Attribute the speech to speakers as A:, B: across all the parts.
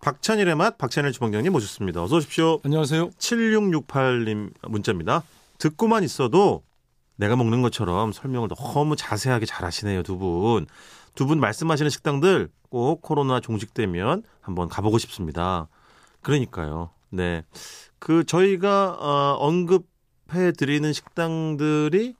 A: 박찬일의 맛 박찬일 주방장님 모셨습니다. 어서 오십시오.
B: 안녕하세요.
A: 7668님 문자입니다. 듣고만 있어도 내가 먹는 것처럼 설명을 너무 자세하게 잘하시네요, 두 분. 두 분 말씀하시는 식당들 꼭 코로나 종식되면 한번 가보고 싶습니다. 그러니까요. 네. 그 저희가 어, 언급해 드리는 식당들이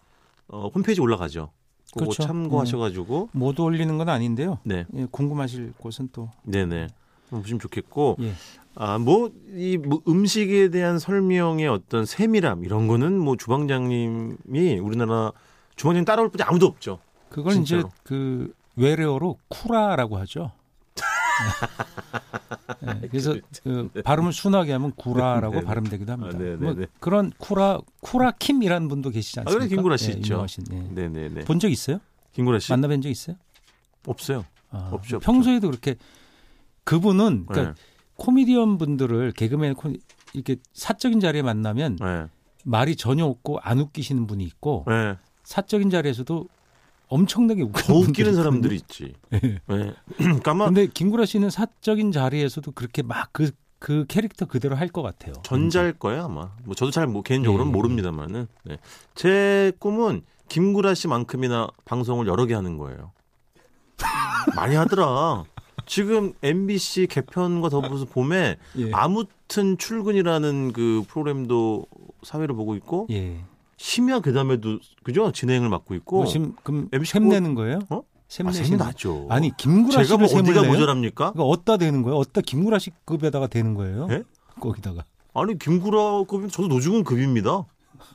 A: 어, 홈페이지 올라가죠. 그거
B: 그렇죠.
A: 참고하셔가지고
B: 모두 올리는 건 아닌데요.
A: 네,
B: 예, 궁금하실 곳은 또
A: 네네 어, 보시면 좋겠고
B: 예.
A: 아 뭐 이 음식에 대한 설명의 어떤 세밀함 이런 거는 뭐 주방장님이 우리나라 주방장님 따라올 분이 아무도 없죠.
B: 그걸
A: 진짜로.
B: 이제 그 외래어로 쿠라라고 하죠. 예. 예, 그래서 그 발음을 순하게 하면 구라라고
A: 네. 네네. 아,
B: 발음되기도 합니다.
A: 네네네. 아,
B: 뭐 그런 쿠라 쿠라킴이라는 분도 계시지
A: 그래,
B: 않습니까?
A: 김구라 씨 있죠.
B: 유명하신, 예.
A: 네네네.
B: 본적 있어요?
A: 김구라 씨
B: 만나뵌 적 있어요?
A: 없어요.
B: 아,
A: 없죠, 네. 없죠.
B: 평소에도 그렇게 그분은 그러니까 코미디언 분들을 개그맨 코, 이렇게 사적인 자리에 만나면
A: 네.
B: 말이 전혀 없고 안 웃기시는 분이 있고
A: 네. 네.
B: 사적인 자리에서도 엄청나게 웃기는,
A: 더 웃기는
B: 분들이
A: 사람들이
B: 있거든요.
A: 있지. 네. 그러니까 아마
B: 근데 김구라 씨는 사적인 자리에서도 그렇게 막 그 그 캐릭터 그대로 할 것 같아요.
A: 전자일 거예요 아마. 뭐 저도 잘 뭐, 개인적으로는
B: 예.
A: 모릅니다만은 네. 제 꿈은 김구라 씨만큼이나 방송을 여러 개 하는 거예요. 많이 하더라. 지금 MBC 개편과 더불어서 봄에
B: 예.
A: 아무튼 출근이라는 그 프로그램도 사회를 보고 있고
B: 예.
A: 심야 그다음에도 그죠 진행을 맡고 있고 아,
B: 뭐 지금 그럼
A: MC
B: 샘내는 거예요?
A: 어? 아, 셈이
B: 샘내시는 거-
A: 나죠.
B: 아니 김구라
A: 제가
B: 씨를
A: 뭐
B: 샘을
A: 어디가
B: 내요?
A: 모자랍니까?
B: 그러니까 어디다 대는 거예요? 어디다 김구라 씨급에다가 대는 거예요?
A: 예?
B: 거기다가
A: 아니 김구라 급이 저도 노중훈 급입니다.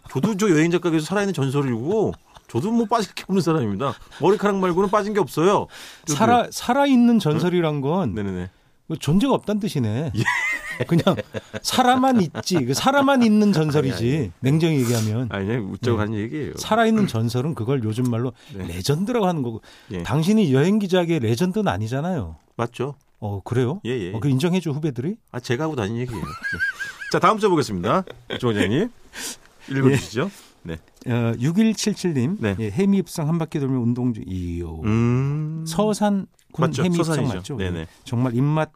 A: 저도 저 여행 작가에서 살아있는 전설이고 저도 뭐 빠질 게 없는 사람입니다. 머리카락 말고는 빠진 게 없어요. 저도요.
B: 살아 살아 있는 전설이란 건
A: 네네네. 예.
B: 뭐 존재가 없다는 뜻이네. 그냥 살아만 있지. 그 살아만 있는 전설이지.
A: 아니,
B: 냉정히 얘기하면
A: 아니 그냥
B: 음.
A: 웃자고 하는 얘기예요.
B: 살아있는 전설은 그걸 요즘 말로
A: 네.
B: 레전드라고 하는 거고.
A: 예.
B: 당신이 여행 기자계 레전드는 아니잖아요.
A: 맞죠?
B: 어 그래요?
A: 예예.
B: 어, 그 인정해줘 후배들이.
A: 아 제가 하고 다니는 얘기예요. 네. 자 다음 주에 보겠습니다.
B: 예.
A: 조원장님 읽어주시죠. 네.
B: 어, 6177님
A: 네.
B: 예, 해미 입성 한 바퀴 돌면 운동 중 이요.
A: 음.
B: 서산 군
A: 맞죠.
B: 해미 입성
A: 서산이죠.
B: 맞죠?
A: 네네.
B: 예. 정말 입맛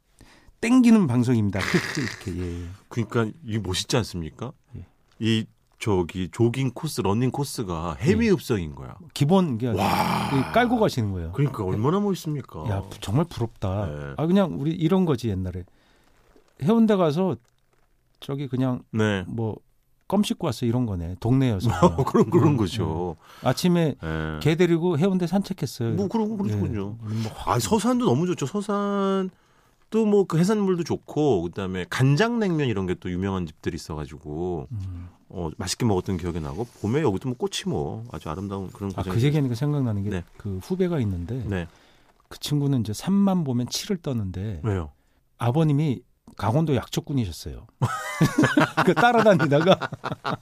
B: 땡기는 방송입니다. 크크 이렇게 예.
A: 그러니까 이게 멋있지 않습니까?
B: 예.
A: 이 저기 조깅 코스, 러닝 코스가 해미
B: 음.
A: 읍성인 거야.
B: 기본 게
A: 와.
B: 예, 깔고 가시는 거예요.
A: 그러니까 얼마나 멋있습니까?
B: 야 부- 정말 부럽다.
A: 네.
B: 아 그냥 우리 이런 거지 옛날에 해운대 가서 저기 그냥
A: 네.
B: 뭐 껌 씻고 왔어 이런 거네 동네여서
A: 어, 그런
B: 음.
A: 그런 거죠.
B: 아침에
A: 예.
B: 개 데리고 해운대 산책했어요.
A: 뭐 그런 그런
B: 예.
A: 거죠.
B: 음, 뭐
A: 아 서산도 너무 좋죠. 서산 또 뭐 그 해산물도 좋고 그다음에 간장냉면 이런 게 또 유명한 집들이 있어가지고
B: 음.
A: 어, 맛있게 먹었던 기억이 나고 봄에 여기도 뭐 꽃이 뭐 아주 아름다운 그런
B: 아,
A: 과정.
B: 그 얘기하니까 생각나는 게
A: 네.
B: 그 후배가 있는데
A: 네
B: 그 친구는 이제 산만 보면 치를 떠는데
A: 왜요?
B: 아버님이 강원도 약초꾼이셨어요. 그 따라다니다가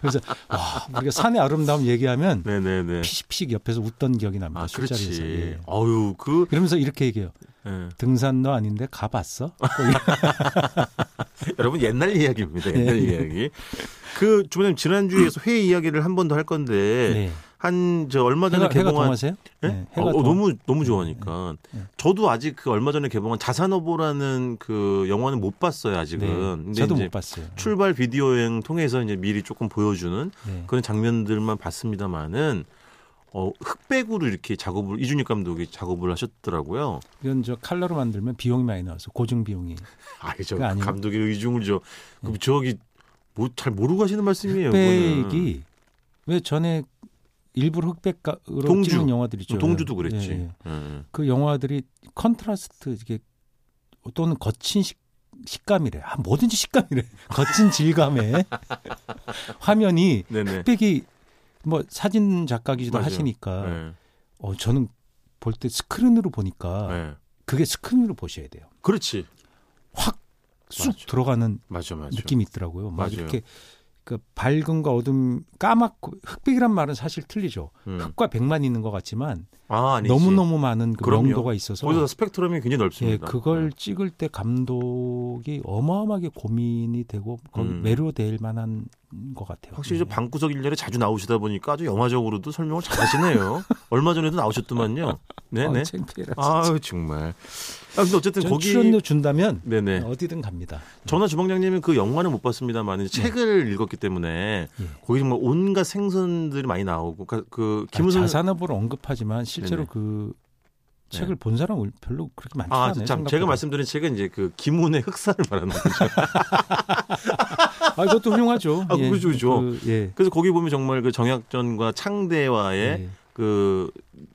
B: 그래서 와 우리가 산의 아름다움 얘기하면
A: 네네네.
B: 피식피식 옆에서 웃던 기억이 납니다.
A: 아
B: 술자리에서.
A: 그렇지.
B: 예.
A: 아유 그
B: 그러면서 이렇게 얘기해요.
A: 예.
B: 등산도 아닌데 가봤어? 뭐
A: 여러분 옛날 이야기입니다. 옛날
B: 네.
A: 이야기. 그 주부님 지난주에서 회 이야기를 한 번 더 할 건데
B: 네.
A: 한 저 얼마 전에
B: 해가, 해가
A: 개봉한
B: 동하세요?
A: 예?
B: 네,
A: 어, 어,
B: 동화.
A: 너무 너무 좋아하니까
B: 네.
A: 저도 아직 그 얼마 전에 개봉한 자산어보라는 그 영화는 못 봤어요 아직은.
B: 네. 저도 못 봤어요.
A: 출발 비디오 여행 통해서 이제 미리 조금 보여주는
B: 네.
A: 그런 장면들만 봤습니다만은 어, 흑백으로 이렇게 작업을 이준익 감독이 작업을 하셨더라고요.
B: 이건 저 칼라로 만들면 비용이 많이 나와서 고증 비용이.
A: 아저
B: 그거 아니에요?
A: 감독의 의중을 저 그, 저기 뭐 잘 모르고 하시는 말씀이에요. 네, 이거는.
B: 흑백이 왜 전에 일부러 흑백으로
A: 동주. 어,
B: 찍은 영화들 있죠.
A: 동주도 그랬지.
B: 예, 예.
A: 예, 예.
B: 그 영화들이 컨트라스트 이게 또는 거친 식 식감이래. 아, 뭐든지 식감이래. 거친 질감에 화면이
A: 네네.
B: 흑백이 뭐 사진 작가기도
A: 맞아요.
B: 하시니까
A: 예,
B: 어, 저는 볼 때 스크린으로 보니까
A: 예.
B: 그게 스크린으로 보셔야 돼요.
A: 그렇지.
B: 확 쑥
A: 맞아.
B: 들어가는
A: 맞아 맞아.
B: 느낌이 있더라고요. 막
A: 맞아요.
B: 이렇게 그 밝은과 어둠, 까맣고 흑백이란 말은 사실 틀리죠.
A: 음.
B: 흑과 백만 있는 것 같지만
A: 아 아니지.
B: 너무 너무 많은 그
A: 그럼요.
B: 명도가 있어서
A: 거기서 스펙트럼이 굉장히
B: 예,
A: 넓습니다. 네.
B: 그걸 찍을 때 감독이 어마어마하게 고민이 되고 거기
A: 음.
B: 매료될 만한 것 같아요.
A: 확실히
B: 예.
A: 저 방구석 일렬에 자주 나오시다 보니까 아주 영화적으로도 설명을 잘하시네요. 얼마 전에도 나오셨더만요.
B: 아,
A: 네네.
B: 창피해라, 진짜.
A: 아유 정말. 아, 근데 어쨌든
B: 전
A: 거기
B: 출연료 준다면
A: 네네.
B: 어디든 갑니다. 아,
A: 저나 주방장님은 그 영화는 못 봤습니다만 책을 읽었기 때문에
B: 네. 예.
A: 거기 정말 온갖 생선들이 많이 나오고 그, 그 김우선
B: 아, 자산업을 언급하지만
A: 네네.
B: 실제로
A: 네.
B: 그 책을 본 사람은 별로 그렇게 많지
A: 아,
B: 않아요.
A: 참
B: 생각보다.
A: 제가 말씀드린 책은 이제 그 김훈의 흑사를 말하는 거죠.
B: 아, 이것도 훌륭하죠.
A: 아, 그죠, 그죠.
B: 그, 예.
A: 그래서 거기 보면 정말 그 정약전과 창대와의
B: 예.
A: 그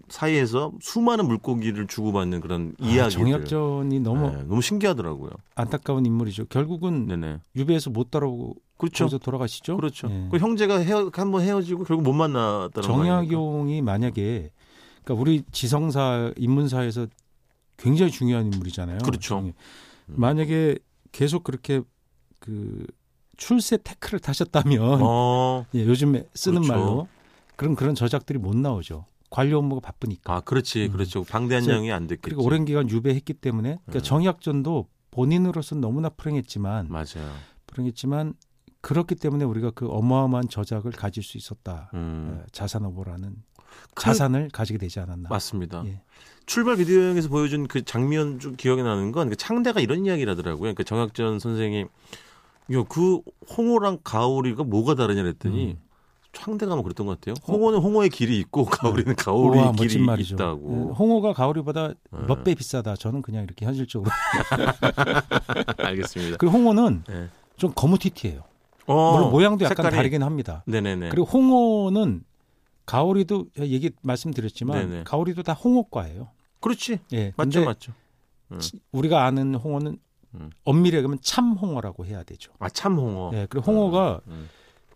A: 사이에서 수많은 물고기를 주고받는 그런
B: 아,
A: 이야기들.
B: 정약전이 너무
A: 네, 너무 신기하더라고요.
B: 안타까운 인물이죠. 결국은
A: 네네.
B: 유배에서 못 따라오고
A: 그렇죠.
B: 거기서 돌아가시죠.
A: 그렇죠.
B: 예.
A: 그 형제가 헤어, 한번 헤어지고 결국 못 만났다는 거 아닙니까?
B: 정약용이 만약에 그러니까 우리 지성사 인문사에서 굉장히 중요한 인물이잖아요.
A: 그렇죠.
B: 정약- 만약에 계속 그렇게 그 출세 테크를 타셨다면
A: 어,
B: 예, 요즘에 쓰는
A: 그렇죠.
B: 말로 그럼 그런 저작들이 못 나오죠. 관료 업무가 바쁘니까.
A: 아 그렇지, 그렇죠. 방대한
B: 그래서-
A: 양이 안 됐겠지.
B: 음. 그리고 오랜 기간 유배했기 때문에 그러니까
A: 음.
B: 정약전도 본인으로서는 너무나 불행했지만
A: 맞아요.
B: 불행했지만 그렇기 때문에 우리가 그 어마어마한 저작을 가질 수 있었다.
A: 음,
B: 어, 자산어보라는
A: 그-
B: 자산을 가지게 되지 않았나.
A: 맞습니다.
B: 예.
A: 출발 비디오 여행에서 보여준 그 장면 좀 기억에 나는 건그 창대가 이런 이야기라더라고요. 그러니까 정학전 선생이 야그 홍어랑 가오리가 뭐가 다르냐 그랬더니
B: 음. 네.
A: 창대가 뭐 그랬던 것 같아요. 홍어는 홍어의 길이 있고 가오리는 가오리의
B: 우와,
A: 길이
B: 멋진 말이죠. 예,
A: 있다고.
B: 홍어가 가오리보다
A: 음.
B: 몇 배 비싸다. 저는 그냥 이렇게 현실적으로.
A: 알겠습니다.
B: 그리고 홍어는
A: 네.
B: 좀 거무튀튀해요.
A: 어,
B: 물론 모양도 약간
A: 색깔이-
B: 다르긴 합니다.
A: 네네네.
B: 그리고 홍어는 가오리도 얘기 말씀드렸지만
A: 네네.
B: 가오리도 다 홍어과예요.
A: 그렇지.
B: 예.
A: 맞죠,
B: 근데
A: 맞죠. 음.
B: 치- 우리가 아는 홍어는
A: 음.
B: 엄밀히 그러면 참홍어라고 해야 되죠.
A: 아 참홍어.
B: 예. 그리고 홍어가
A: 음.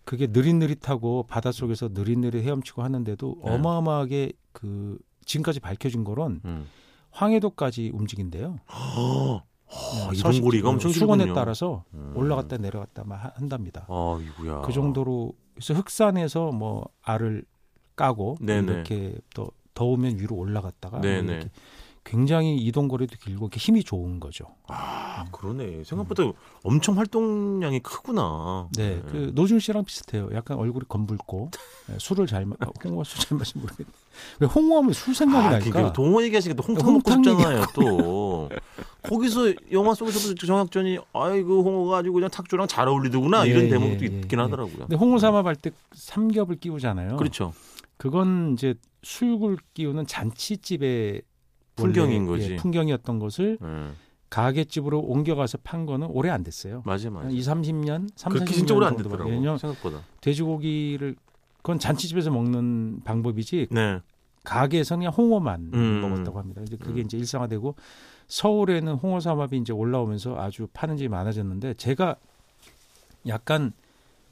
B: 그게 느릿느릿하고 바닷속에서 느릿느릿 헤엄치고 하는데도
A: 네.
B: 어마어마하게 그 지금까지 밝혀진 거론
A: 음.
B: 황해도까지 움직인대요.
A: 허, 허,
B: 예,
A: 아, 이동 고리가 엄청
B: 수건에
A: 길군요.
B: 따라서
A: 음.
B: 올라갔다 내려갔다 막 하- 한답니다.
A: 아이고야.
B: 그 정도로 그래서 흑산에서 뭐 알을 까고
A: 네네.
B: 이렇게 또 더우면 위로 올라갔다가 뭐
A: 네네.
B: 이렇게 굉장히 이동 거리도 길고 이렇게 힘이 좋은 거죠.
A: 아 그러네. 생각보다 엄청 활동량이 크구나.
B: 네,
A: 예.
B: 그 노준 씨랑 비슷해요. 약간 얼굴이 검붉고 예, 술을 잘 마, 아, 홍어 술 잘 마시 모르겠네. 왜 홍어하면 술 생각이
A: 아,
B: 날까?
A: 그러니까 동원 얘기하시니까 또 홍탕 먹고
B: 홍탕
A: 싶잖아요. 또 거기서 영화 속에서도 정학전이 아이고 홍어가 아주 그냥 탁주랑 잘 어울리더구나
B: 예,
A: 이런
B: 예,
A: 대목도
B: 예,
A: 있긴
B: 예.
A: 하더라고요.
B: 근데 홍어 삼합할 때 삼겹을 끼우잖아요.
A: 그렇죠.
B: 그건 이제 술굴 끼우는 잔치집의 원래,
A: 풍경인
B: 예,
A: 거지.
B: 풍경이었던 것을
A: 예.
B: 가게집으로 옮겨가서 판 거는 오래 안 됐어요.
A: 맞아요,
B: 한
A: 맞아요.
B: 2, 30년, 3, 40년
A: 그렇게 진짜 오래 안
B: 정도
A: 됐더라고요.
B: 왜냐면
A: 생각보다.
B: 돼지고기를 그건 잔치집에서 먹는 방법이지
A: 네,
B: 가게에서는 그냥 홍어만
A: 음.
B: 먹었다고 합니다. 이제 그게
A: 음.
B: 이제 일상화되고 서울에는 홍어 삼합이 이제 올라오면서 아주 파는 집이 많아졌는데 제가 약간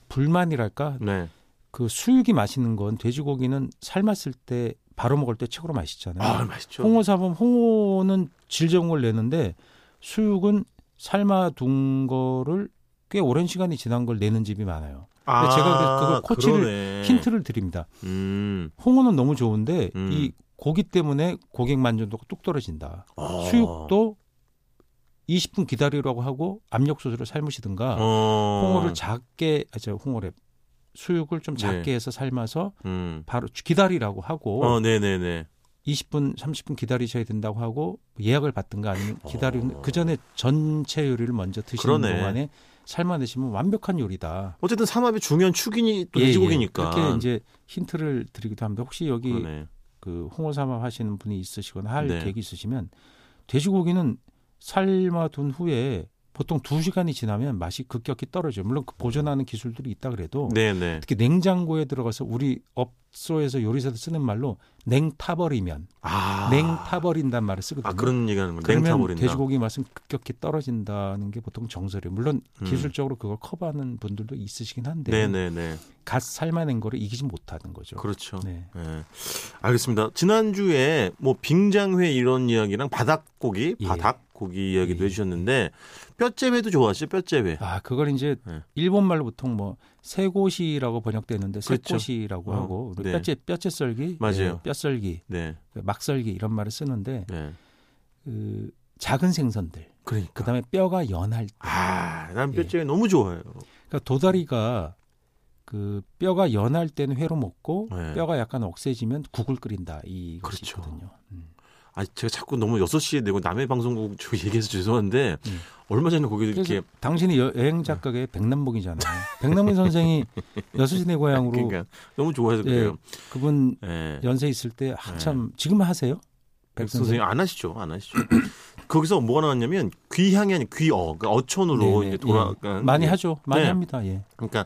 B: 불만이랄까
A: 네.
B: 그 수육이 맛있는 건 돼지고기는 삶았을 때 바로 먹을 때 최고로 맛있잖아요.
A: 아 맛있죠.
B: 홍어 삼합 홍어는 질 좋은 걸 내는데 수육은 삶아둔 거를 꽤 오랜 시간이 지난 걸 내는 집이 많아요.
A: 아,
B: 제가 그래서 그거 코치를
A: 그러네.
B: 힌트를 드립니다.
A: 음,
B: 홍어는 너무 좋은데
A: 음.
B: 이 고기 때문에 고객 만족도가 뚝 떨어진다.
A: 어.
B: 수육도 20분 기다리라고 하고 압력 소스로 삶으시든가
A: 어.
B: 홍어를 작게 아, 저 홍어랩 수육을 좀 작게
A: 네.
B: 해서 삶아서
A: 음.
B: 바로 기다리라고 하고
A: 어, 네, 네, 네.
B: 20분 30분 기다리셔야 된다고 하고 예약을 받든가 아니면 기다리는
A: 어.
B: 그 전에 전체 요리를 먼저 드시는
A: 그러네.
B: 동안에 삶아내시면 완벽한 요리다.
A: 어쨌든 삼합이 중요한 축인이 또
B: 예, 예.
A: 돼지고기니까.
B: 그렇게 이제 힌트를 드리기도 합니다. 혹시 여기
A: 그러네.
B: 그 홍어 삼합 하시는 분이 있으시거나 할
A: 네.
B: 계획이 있으시면 돼지고기는 삶아둔 후에 보통 두 시간이 지나면 맛이 급격히 떨어져요. 물론 그 보존하는 기술들이 있다 그래도
A: 네, 네.
B: 특히 냉장고에 들어가서 우리 업소에서 요리사들 쓰는 말로 냉타버리면
A: 아,
B: 냉타버린단 말을 쓰거든요.
A: 아 그런 얘기하는 거예요.
B: 그러면
A: 냉타버린다.
B: 돼지고기 맛은 급격히 떨어진다는 게 보통 정설이에요. 물론
A: 음.
B: 기술적으로 그걸 커버하는 분들도 있으시긴 한데
A: 네, 네, 네.
B: 갓 삶아낸 거를 이기지 못하는 거죠.
A: 그렇죠.
B: 네.
A: 예. 알겠습니다. 지난주에 뭐 빙장회 이런 이야기랑 바닥고기,
B: 예.
A: 바닥고기 이야기도
B: 예.
A: 해주셨는데 뼈째회도 좋아하시죠? 뼈째회.
B: 아, 그걸 이제
A: 네.
B: 일본 말로 보통 뭐 새고시라고 번역되는데
A: 그렇죠.
B: 새꼬시라고
A: 어,
B: 하고
A: 네.
B: 뼈째 뼈째 썰기,
A: 맞아요.
B: 예, 뼈썰기, 그
A: 네,
B: 막썰기 이런 말을 쓰는데
A: 네.
B: 그 작은 생선들,
A: 그러니까.
B: 그다음에 뼈가 연할 때,
A: 아, 난
B: 예.
A: 뼈째회 너무 좋아해요.
B: 그러니까 도다리가 그 뼈가 연할 때는 회로 먹고
A: 네.
B: 뼈가 약간 억세지면 국을 끓인다 이것이
A: 그렇죠.
B: 있거든요. 음.
A: 아 제가 자꾸 너무 6시에 내고 남해 방송국 쪽 얘기해서 죄송한데
B: 음.
A: 얼마 전에 거기
B: 그래서
A: 이렇게 네.
B: 당신이 여, 행 작가의 백남봉이잖아요. 백남봉 선생이 여수시 내 고향으로
A: 그러니까 너무 좋아해서 그래요.
B: 그분
A: 예.
B: 연세 있을 때
A: 네.
B: 한참 지금 하세요? 백
A: 선생님
B: 선생님.
A: 안 하시죠, 안 하시죠. 거기서 뭐가 나왔냐면 귀향이 아니 귀어, 그러니까 어촌으로
B: 네네,
A: 이제
B: 예.
A: 돌아간
B: 많이
A: 예.
B: 하죠. 많이
A: 네.
B: 합니다. 예.
A: 그러니까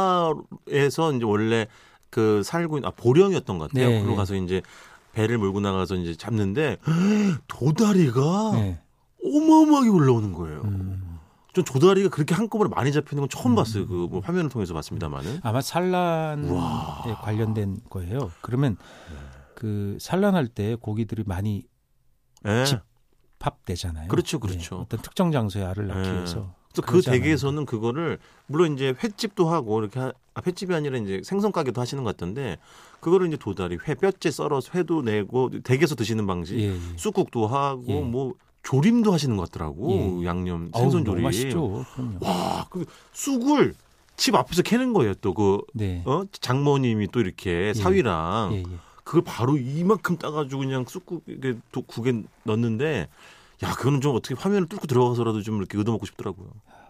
A: 처가에서 이제 원래 그 살고 있는 아, 보령이었던 것 같아요.
B: 네,
A: 그로
B: 네.
A: 가서 이제 배를 몰고 나가서 이제 잡는데 도다리가
B: 음. 네.
A: 어마어마하게 올라오는 거예요.
B: 음.
A: 전 도다리가 그렇게 한꺼번에 많이 잡히는 건 처음 봤어요. 그뭐 화면을 통해서 봤습니다만은.
B: 아마 산란에
A: 우와.
B: 관련된 거예요. 그러면 그 산란할 때 고기들이 많이
A: 예.
B: 집- 밥되잖아요.
A: 그렇죠, 그렇죠.
B: 예. 어떤 특정 장소에 알을 낳기
A: 예.
B: 위해서.
A: 그래서 그
B: 그러지 않아요.
A: 댁에서는 그거를 물론 이제 횟집도 하고 이렇게 하, 아, 횟집이 아니라 이제 생선 가게도 하시는 것 같던데 그거를 이제 도다리 회 뼈째 썰어서 회도 내고 댁에서 드시는 방식.
B: 예. 예.
A: 쑥국도 하고
B: 예.
A: 뭐 조림도 하시는 것 같더라고
B: 예.
A: 양념
B: 어우,
A: 생선
B: 너무
A: 조림.
B: 맛있죠. 그럼요.
A: 와, 그 쑥을 집 앞에서 캐는 거예요. 또 그
B: 네.
A: 어? 장모님이 또 이렇게 사위랑
B: 예, 예.
A: 그걸 바로 이만큼 따가지고 그냥 쑥국에 도- 국에 넣는데 야 그거는 좀 어떻게 화면을 뚫고 들어가서라도 좀 이렇게 얻어 먹고 싶더라고요.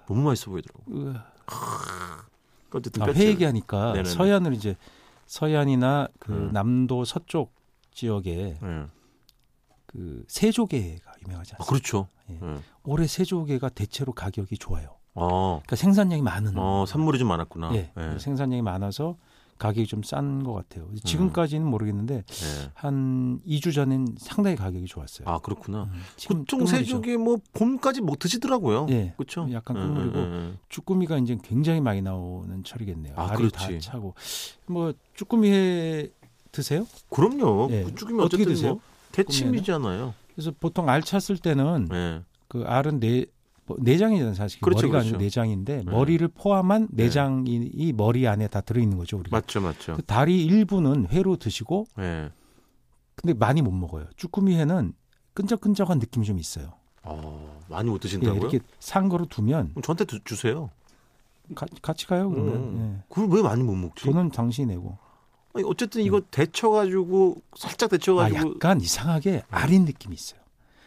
A: 너무 맛있어 보이더라고. 요
B: 으아.
A: 어쨌든
B: 아,
A: 뼈째.
B: 회 얘기하니까
A: 그러니까 네네네.
B: 서해안으로 이제 서해안이나 그
A: 음.
B: 남도 서쪽 지역에
A: 예.
B: 그 세조개가 유명하지
A: 아,
B: 않습니까?
A: 그렇죠.
B: 예.
A: 예.
B: 올해 세조개가 대체로 가격이 좋아요.
A: 어,
B: 그러니까 생산량이 많은.
A: 어 산물이 좀 많았구나.
B: 예,
A: 예. 음.
B: 생산량이 많아서 가격이 좀 싼 것 같아요. 지금까지는 모르겠는데
A: 예.
B: 한 2주 전엔 상당히 가격이 좋았어요.
A: 아 그렇구나.
B: 음, 지금
A: 보통
B: 끝물이죠.
A: 세족이 뭐 봄까지 못 드시더라고요.
B: 예.
A: 그렇죠.
B: 약간 끝물이고
A: 예.
B: 쭈꾸미가 이제 굉장히 많이 나오는 철이겠네요.
A: 아,
B: 알이 다
A: 그렇지.
B: 차고 뭐 쭈꾸미 회 드세요?
A: 그럼요.
B: 예.
A: 그 죽이면
B: 어떻게
A: 어쨌든
B: 드세요?
A: 뭐 대침이잖아요.
B: 그래서 보통 알 찼을 때는
A: 예.
B: 그 알은 내 뭐, 내장이잖아요 사실
A: 그렇죠,
B: 머리가
A: 그렇죠.
B: 아니고 내장인데
A: 네.
B: 머리를 포함한
A: 네.
B: 내장이 이 머리 안에 다 들어있는 거죠 우리가
A: 맞죠, 맞죠.
B: 그 다리 일부는 회로 드시고
A: 예.
B: 근데 많이 못 먹어요 쭈꾸미 회는 끈적끈적한 느낌이 좀 있어요
A: 어, 많이 못
B: 예,
A: 드신다고요?
B: 이렇게 산 거로 두면
A: 그럼 저한테 두- 주세요.
B: 가- 같이 가요 그러면
A: 음.
B: 예.
A: 그걸 왜 많이 못 먹지?
B: 돈은 당신이 내고
A: 아니, 어쨌든 이거 데쳐가지고 살짝
B: 음. 아
A: 데쳐가지고
B: 약간 이상하게 아린 느낌이 있어요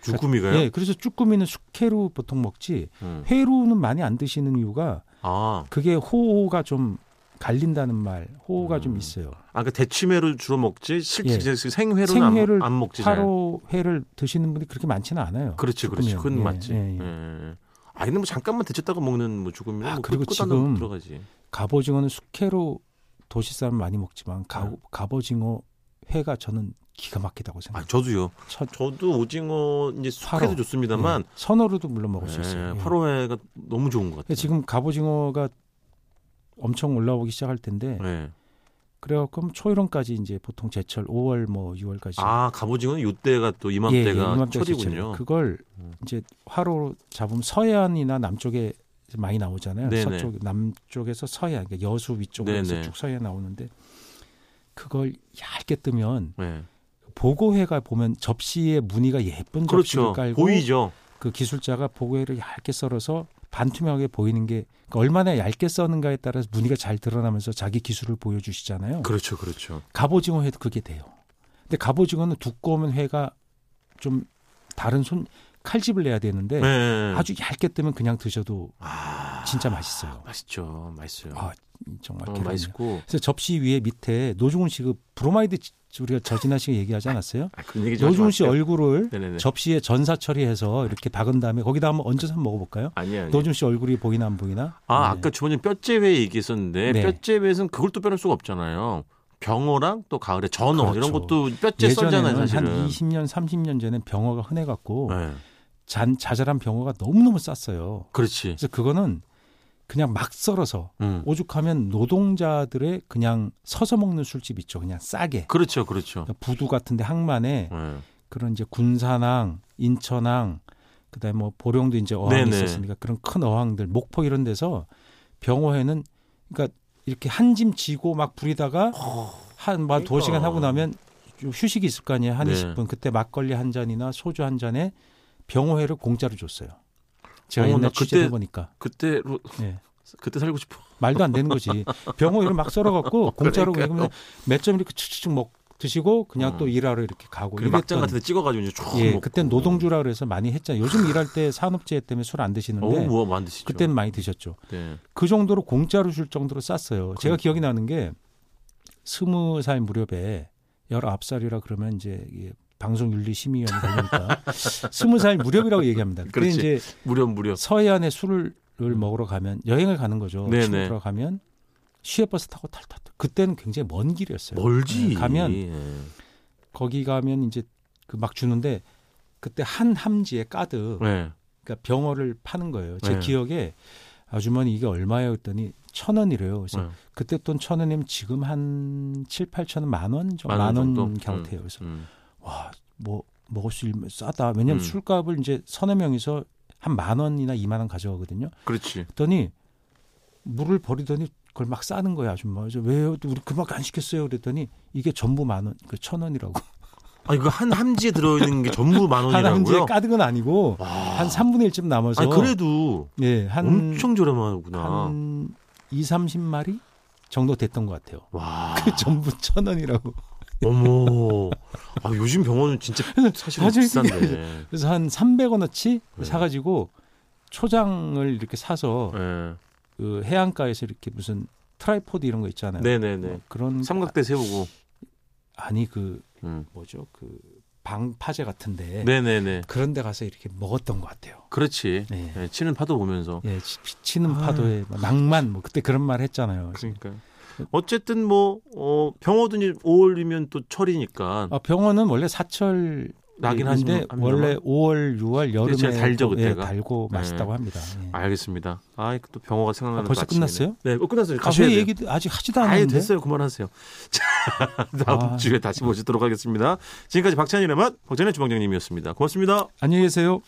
A: 주꾸미가요?
B: 예 그래서 쭈꾸미는 숙회로 보통 먹지
A: 음.
B: 회로는 많이 안 드시는 이유가
A: 아,
B: 그게 호호가 좀 갈린다는 말 호호가 좀
A: 음.
B: 있어요
A: 아까 대치회로 주로 먹지 실제
B: 예.
A: 이제 그 생회로는
B: 생회를
A: 안, 안 먹지 잘.
B: 파로 회를 드시는 분이 그렇게 많지는 않아요.
A: 그렇지, 그렇지.
B: 쭈꾸미요.
A: 그건
B: 예,
A: 맞지.
B: 예,
A: 예,
B: 예.
A: 아, 근데 뭐 잠깐만 데쳤다가 먹는 뭐 죽음이
B: 아,
A: 뭐
B: 그리고
A: 끝- 끝 안으로
B: 지금
A: 들어가지.
B: 갑오징어는 숙회로 도시 사람 많이 먹지만 가,
A: 음.
B: 갑오징어 회가 저는 기가 막히다고
A: 아,
B: 생각해요.
A: 저도요.
B: 첫
A: 저도 오징어 이제 숙회도
B: 화로.
A: 좋습니다만
B: 선어로도 물론 예, 먹을 수 있어요. 예.
A: 예, 화로회가 너무 좋은 것
B: 근데
A: 같아요.
B: 지금 갑오징어가 엄청 올라오기 시작할 텐데
A: 예.
B: 그래갖고 초여름까지 이제 보통 제철 5월 뭐 6월까지 예,
A: 아 갑오징어는 요때가 또 이맘때가 철이군요.
B: 그걸
A: 음.
B: 이제 화로 잡으면 서해안이나 남쪽에 많이 나오잖아요.
A: 네네.
B: 서쪽 남쪽에서 서해안, 그러니까 여수 위쪽에서
A: 네네.
B: 쭉 서해 나오는데 그걸 얇게 뜨면
A: 네.
B: 보고회가 보면 접시에 무늬가 예쁜 접시를
A: 그렇죠.
B: 깔고
A: 보이죠.
B: 그 기술자가 보고회를 얇게 썰어서 반투명하게 보이는 게 그러니까 얼마나 얇게 써는가에 따라서 무늬가 잘 드러나면서 자기 기술을 보여주시잖아요.
A: 그렇죠, 그렇죠.
B: 갑오징어 회도 그게 돼요. 근데 갑오징어는 두꺼우면 회가 좀 다른 손 칼집을 내야
A: 네.
B: 되는데
A: 네.
B: 예. 아주 얇게 뜨면 그냥 드셔도
A: 아,
B: 진짜 맛있어요.
A: 맛있죠, 맛있어요.
B: 아 정말
A: 너무
B: 괴롭네요.
A: 맛있고.
B: 그래서 접시 위에 밑에 노중훈 씨그 브로마이드 지- 우리가 저진아 씨가 얘기하지 않았어요?
A: 아, 그런 얘기 좀
B: 노중훈
A: 하지
B: 씨
A: 마세요.
B: 얼굴을
A: 네네네.
B: 접시에 전사 처리해서 이렇게 박은 다음에 거기다 한번 얹어서 한번 먹어볼까요?
A: 아니야. 아니야.
B: 노중훈 씨 얼굴이 보이나 안 보이나?
A: 예. 아,
B: 네.
A: 아까 주원님 뼈째회 얘기했었는데
B: 네.
A: 뼈째회에서는 그걸 또 빼놓을 수가 없잖아요. 병어랑 또 가을에 전어 이런
B: 그렇죠.
A: 것도 뼈째 썰잖아요,
B: 예전에는 한
A: 사실은.
B: 20년, 30년 전엔 병어가 흔해갖고
A: 네.
B: 잔, 자잘한 병어가 너무너무 쌌어요.
A: 그렇지.
B: 그래서 그거는 그냥 막 썰어서
A: 음.
B: 오죽하면 노동자들의 그냥 서서 먹는 술집 있죠. 그냥 싸게.
A: 그렇죠, 그렇죠.
B: 그러니까 부두 같은데 항만에
A: 네.
B: 그런 이제 군산항, 인천항, 그다음에 뭐 보령도 이제 어항이
A: 네네.
B: 있었으니까 그런 큰 어항들, 목포 이런 데서 병어회는 그러니까 이렇게 한 짐 지고 막 부리다가 한막두
A: 그러니까.
B: 시간 하고 나면 좀 휴식이 있을 거 아니에요. 한
A: 네.
B: 20분. 그때 막걸리 한 잔이나 소주 한 잔에 병어회를 공짜로 줬어요. 제가
A: 어머, 나
B: 옛날
A: 그때-
B: 취재해 보니까.
A: 그때
B: 예.
A: 그때 살고
B: 뭐
A: 싶어.
B: 말도 안 되는 거지. 병호 이름 막 썰어갖고 공짜로 그냥
A: 그러니까요.
B: 몇점 이렇게 쭉쭉 먹 드시고 그냥
A: 음.
B: 또 일하러 이렇게 가고
A: 그리고 막장
B: 이랬던-
A: 같은 데 찍어가지고 이제 쭉
B: 예,
A: 먹고.
B: 그땐 노동주라 그래서 많이 했잖아요. 요즘 일할 때 산업재해 때문에 술 안
A: 어우
B: 드시는데
A: 뭐 만드시죠.
B: 그땐 많이 드셨죠.
A: 네.
B: 그 정도로 공짜로 줄 정도로 쌌어요. 제가
A: 그러니까.
B: 기억이 나는 게 스무 살 무렵에 열아홉 살이라 그러면 이제 이게 방송윤리심의위원회 걸리니까 스무 살 무렵이라고 얘기합니다. 그때
A: 그렇지.
B: 이제
A: 무려 무려.
B: 서해안에 술을 먹으러 가면 여행을 가는 거죠.
A: 네네.
B: 친구들하고 가면 시외버스 타고 탈탈. 그때는 굉장히 먼 길이었어요.
A: 멀지.
B: 네, 가면
A: 예.
B: 거기 가면 이제 그 막 주는데 그때 한 함지에 가득
A: 네.
B: 그러니까 병어를 파는 거예요. 제
A: 네.
B: 기억에 아주머니 이게 얼마예요? 했더니 천 원이래요. 그래서
A: 네.
B: 그때 돈 천 원이면 지금 한 7, 8천 원, 만 원 정도,
A: 만원
B: 만 원
A: 정도?
B: 경태예요. 그래서
A: 음.
B: 와, 뭐 먹을 수 있으면 싸다. 왜냐면
A: 음.
B: 술값을 이제 서너 명이서 한 만 원이나 이만 원 가져가거든요.
A: 그렇지.
B: 그랬더니 물을 버리더니 그걸 막 싸는 거예요, 아줌마. 그래서 왜요? 또 우리 그만 안 시켰어요. 그랬더니 이게 전부 만 원, 그 천 원이라고.
A: 아 이거 한 함지에 들어있는 게 전부 만
B: 한 함지에
A: 원이라고요?
B: 가득은 아니고
A: 와.
B: 한 3분의 1쯤 남아서
A: 아니 그래도
B: 예, 한
A: 엄청 저렴하구나.
B: 한 2, 30마리 정도 됐던 것 같아요.
A: 와.
B: 그 전부 천 원이라고.
A: 어머. 아 요즘 병원은 진짜 사실
B: 아주
A: 비싼데.
B: 그래서 한 300원어치
A: 네.
B: 사가지고 초장을 이렇게 사서
A: 예.
B: 그 해안가에서 이렇게 무슨 트라이포드 이런 거 있잖아요.
A: 네네네.
B: 뭐 그런
A: 삼각대 세우고.
B: 아니 그
A: 음.
B: 뭐죠 그 방파제 같은데
A: 네네네.
B: 그런 데 가서 이렇게 먹었던 것 같아요.
A: 그렇지.
B: 예.
A: 예, 치는 파도 보면서.
B: 예, 치- 치- 치는 파도에 막 낭만 뭐 그때 그런 말 했잖아요. 네, 그래서
A: 아. 그러니까. 어쨌든 뭐 어, 병어든지 어울리면 또 철이니까
B: 아, 병원은 원래 사철
A: 나긴 하지만
B: 원래 5월, 6월 여름에
A: 제일 달죠,
B: 예,
A: 그때가.
B: 달고
A: 네.
B: 맛있다고 합니다. 예.
A: 알겠습니다. 아이 또 병어가 생각나는
B: 아, 벌써
A: 또 아침이네.
B: 끝났어요?
A: 네, 어, 끝났어요.
B: 아,
A: 가셔야
B: 왜
A: 돼요.
B: 얘기 아직 하지도
A: 아예
B: 않았는데.
A: 됐어요. 그만하세요. 자, 다음
B: 아.
A: 주에 다시 모시도록 하겠습니다. 지금까지 박찬일의 맛, 박찬일 주방장님이었습니다. 고맙습니다.
B: 안녕히 계세요.